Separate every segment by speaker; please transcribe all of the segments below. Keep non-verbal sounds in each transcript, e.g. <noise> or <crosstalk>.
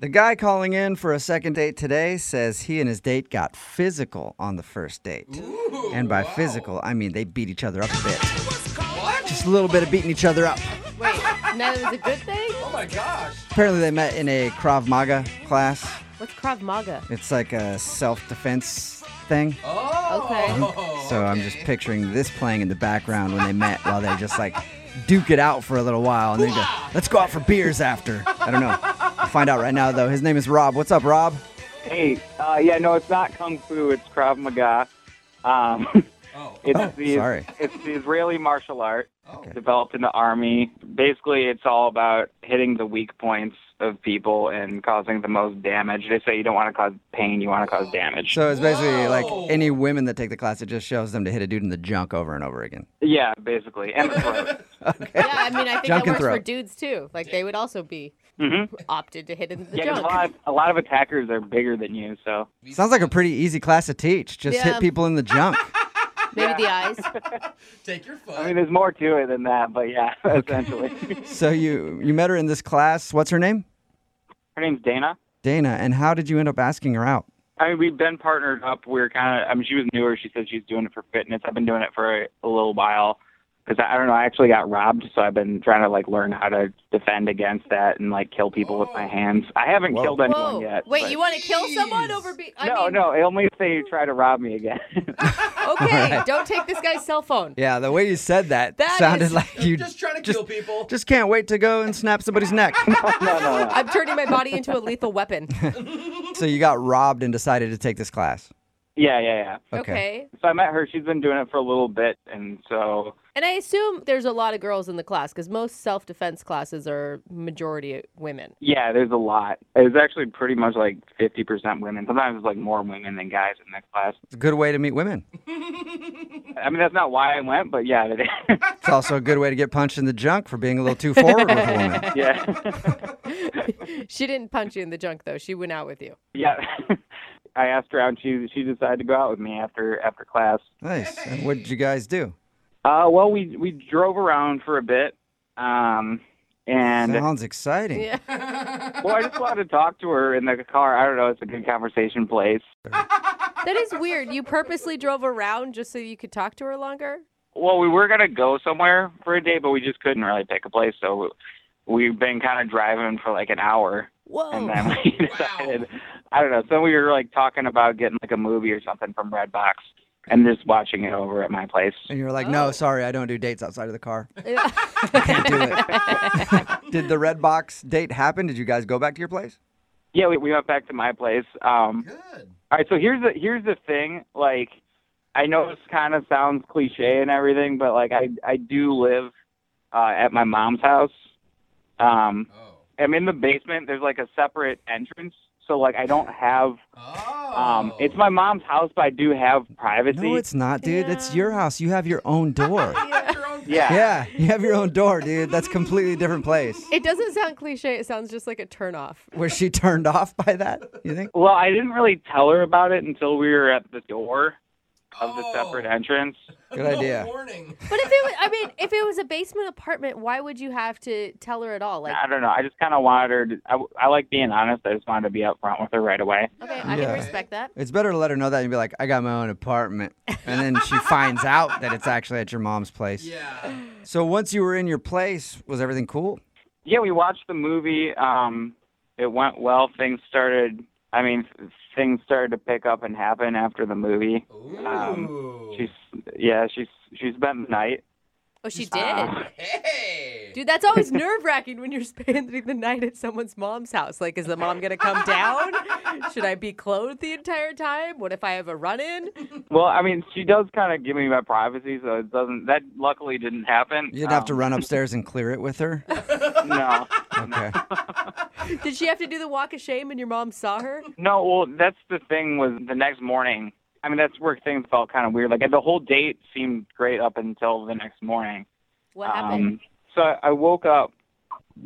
Speaker 1: The guy calling in for a second date today says he and his date got physical on the first date. and by physical, I mean they beat each other up a bit. Just a little bit of beating each other up.
Speaker 2: Wait, now that was a good thing?
Speaker 1: Apparently, they met in a Krav Maga class.
Speaker 2: What's Krav Maga?
Speaker 1: It's like a self defense thing.
Speaker 2: Okay.
Speaker 1: So I'm just picturing this playing in the background when they met while they just like duke it out for a little while and then go, let's go out for beers after. I don't know. We'll find out right now though. His name is Rob. What's up, Rob?
Speaker 3: Hey, uh, yeah, no, it's not kung fu. It's Krav Maga. Um, <laughs> it's
Speaker 1: Oh,
Speaker 3: the
Speaker 1: sorry.
Speaker 3: it's the Israeli martial art developed in the army. Basically, it's all about hitting the weak points of people and causing the most damage. They say you don't want to cause pain, you want to cause damage.
Speaker 1: So it's basically like any women that take the class, it just shows them to hit a dude in the junk over and over again.
Speaker 3: yeah, basically, and the throat.
Speaker 2: Yeah, I mean, I think
Speaker 1: Junk
Speaker 2: that
Speaker 1: and
Speaker 2: works for
Speaker 1: throat.
Speaker 2: dudes too. Like, they would also be opted to hit in the
Speaker 3: Mm-hmm. yeah, 'cause a
Speaker 2: junk.
Speaker 3: lot of, a lot of attackers are bigger than you, so
Speaker 1: Sounds like a pretty easy class to teach. Just
Speaker 2: Yeah.
Speaker 1: hit people in the
Speaker 4: <laughs>
Speaker 1: junk.
Speaker 2: Maybe the
Speaker 3: <laughs>
Speaker 2: eyes.
Speaker 4: Take your
Speaker 1: Uh,
Speaker 4: phone.
Speaker 3: I mean, there's more to it than that. But yeah, <laughs> essentially,
Speaker 1: so you you met her in this class. What's her name?
Speaker 3: her name's Dana.
Speaker 1: Dana. And how did you end up asking her out?
Speaker 3: I mean, we've been partnered up. We are kind of, I mean, she was newer. She said she's doing it for fitness. I've been doing it for a, a little while because I, I don't know. I actually got robbed, so I've been trying to like learn how to defend against that and like kill people with my hands. I haven't
Speaker 1: Whoa.
Speaker 3: killed anyone
Speaker 2: Oh. Whoa.
Speaker 3: yet.
Speaker 2: Wait,
Speaker 3: but-
Speaker 2: you want to kill someone over be I
Speaker 3: no,
Speaker 2: mean,
Speaker 3: no. Only if they try to rob me again. <laughs>
Speaker 2: Okay,
Speaker 1: <laughs>
Speaker 2: don't take this guy's cell phone.
Speaker 1: Yeah, the way you said that,
Speaker 2: That
Speaker 1: sounded
Speaker 2: is-
Speaker 1: like you
Speaker 4: just trying to kill people.
Speaker 1: Just can't wait to go and snap somebody's
Speaker 4: <laughs>
Speaker 1: neck.
Speaker 2: I'm turning my
Speaker 1: <laughs>
Speaker 2: body into a lethal weapon.
Speaker 1: so you got robbed and decided to take this class.
Speaker 3: yeah, yeah, yeah.
Speaker 2: Okay.
Speaker 3: So I met her. She's been doing it for a little bit, and so
Speaker 2: And I assume there's a lot of girls in the class because most self defense classes are majority women.
Speaker 3: yeah, there's a lot. It's actually pretty much like 50% women. Sometimes it's like more women than guys in that class.
Speaker 1: It's a good way to meet women.
Speaker 3: I mean, that's not why I went, but yeah, it is. <laughs>
Speaker 1: It's also a good way to get punched in the junk for being a little too forward with a woman. <laughs>
Speaker 3: yeah.
Speaker 2: She didn't punch you in the junk though. She went out with you.
Speaker 3: Yeah. <laughs> I asked her out and she she decided to go out with me after after class.
Speaker 1: Nice. And what did you guys do?
Speaker 3: Uh well we we drove around for a bit. Um and
Speaker 1: Sounds exciting.
Speaker 2: Yeah.
Speaker 3: well I just wanted to talk to her in the car. I don't know, it's a good conversation place.
Speaker 2: That is weird. You purposely drove around just so you could talk to her longer?
Speaker 3: Well, we were gonna go somewhere for a day, but we just couldn't really pick a place, so we've been kind of driving for like an hour and
Speaker 2: Whoa.
Speaker 3: then we <laughs> decided I don't know, so we were like talking about getting like a movie or something from Redbox and just watching it over at my place.
Speaker 1: And you were like, no, sorry, I don't do dates outside of the <laughs> car. Oh. Can't do it. <laughs> did the red box date happen? Did you guys go back to your place?
Speaker 3: Yeah, we, we went back to my place. Um,
Speaker 4: Good.
Speaker 3: all right, so here's the here's the thing. Like, I know this kind of sounds cliche and everything, but like I I do live uh, at my mom's house. Um,
Speaker 4: Oh.
Speaker 3: I'm in the basement. There's like a separate entrance, so like I don't have.
Speaker 4: Oh.
Speaker 1: Ah.
Speaker 3: Um, it's my mom's house, but I do have privacy.
Speaker 1: No, it's not, dude. That's your house. You have your own <laughs> door.
Speaker 4: Your own-
Speaker 3: yeah.
Speaker 1: yeah, you have your own door, dude. That's completely different place.
Speaker 2: It doesn't sound cliche. It sounds just like a turnoff.
Speaker 1: Was she turned off by that? You think?
Speaker 3: Well, I didn't really tell her about it until we were at the door of
Speaker 4: Oh.
Speaker 3: the separate entrance.
Speaker 1: Good idea.
Speaker 4: Warning.
Speaker 2: But if it was, I mean, if it was a basement apartment, why would you have to tell her at all? Like,
Speaker 3: I don't know. I just kind of wanted her. To, I I like being honest. I just wanted to be upfront with her right away.
Speaker 2: okay, I
Speaker 1: Yeah.
Speaker 2: can respect that.
Speaker 1: It's better to let her know that and be like, I got my own apartment. And then she finds out that it's actually at your mom's place.
Speaker 4: Yeah.
Speaker 1: So once you were in your place, was everything cool?
Speaker 3: Yeah, we watched the movie. Um, it went well. Things started. I mean, th- things started to pick up and happen after the movie. Um,
Speaker 4: Ooh.
Speaker 3: She's yeah, she's she's spent the night.
Speaker 2: Oh, she did.
Speaker 4: hey.
Speaker 2: Dude, that's always nerve wracking when you're spending the night at someone's mom's house. Like, is the mom gonna come down? Should I be clothed the entire time? What if I have a run in?
Speaker 3: Well, I mean, she does kind of give me my privacy, so it doesn't. That luckily didn't happen.
Speaker 1: You'd have to
Speaker 3: Um,
Speaker 1: run upstairs and clear it with her.
Speaker 3: No,
Speaker 1: Okay.
Speaker 2: Did she have to do the walk of shame and your mom saw her?
Speaker 3: no. Well, that's the thing. Was the next morning. I mean, that's where things felt kind of weird. Like the whole date seemed great up until the next morning.
Speaker 2: What happened?
Speaker 3: Um, so I woke up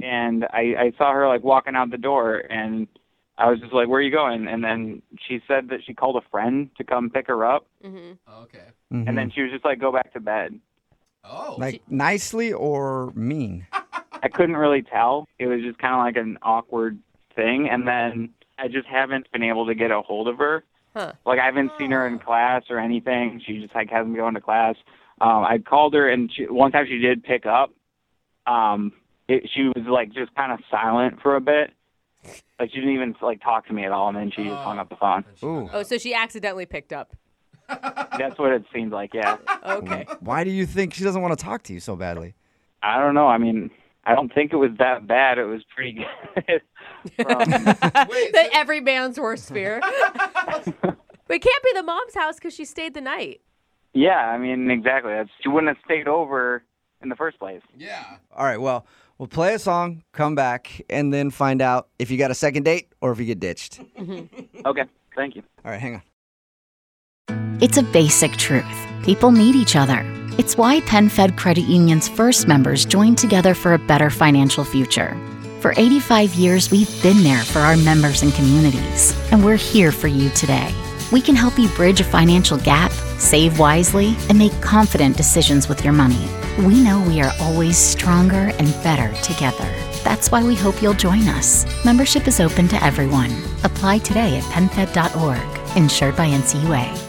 Speaker 3: and I, I saw her like walking out the door, and I was just like, "Where are you going?" And then she said that she called a friend to come pick her up,
Speaker 2: hmm
Speaker 4: Okay.
Speaker 1: Mhm.
Speaker 3: <laughs> and then she was just like, "Go back to bed."
Speaker 4: Oh.
Speaker 1: like nicely or mean?
Speaker 3: I couldn't really tell. It was just kind of like an awkward thing, and then I just haven't been able to get a hold of her.
Speaker 2: Huh.
Speaker 3: Like I haven't seen her in class or anything. She just like hasn't been going to class. Um, I called her, and she, one time she did pick up. Um, it, she was like just kind of silent for a bit. Like she didn't even like talk to me at all, and then she just hung up the phone.
Speaker 4: And she hung
Speaker 1: Ooh.
Speaker 2: Oh,
Speaker 4: up.
Speaker 2: so she accidentally picked up.
Speaker 3: That's what it seemed like. Yeah,
Speaker 2: Okay.
Speaker 1: Why do you think she doesn't want to talk to you so badly?
Speaker 3: I don't know. I mean, I don't think it was that bad. It was pretty <laughs>
Speaker 2: <laughs>
Speaker 3: good. From-
Speaker 4: Wait,
Speaker 2: That every man's worst fear. but it can't be the mom's house because she stayed the night.
Speaker 3: Yeah, I mean, exactly. That's, she wouldn't have stayed over in the first place.
Speaker 4: yeah.
Speaker 1: All right, well, we'll play a song, come back, and then find out if you got a second date or if you get ditched.
Speaker 3: Okay, thank you.
Speaker 1: All right, hang on.
Speaker 5: It's a basic truth. People need each other. It's why PenFed Credit Union's first members joined together for a better financial future. For 85 years, we've been there for our members and communities, and we're here for you today. We can help you bridge a financial gap, save wisely, and make confident decisions with your money. We know we are always stronger and better together. That's why we hope you'll join us. Membership is open to everyone. Apply today at penfed.org, insured by NCUA.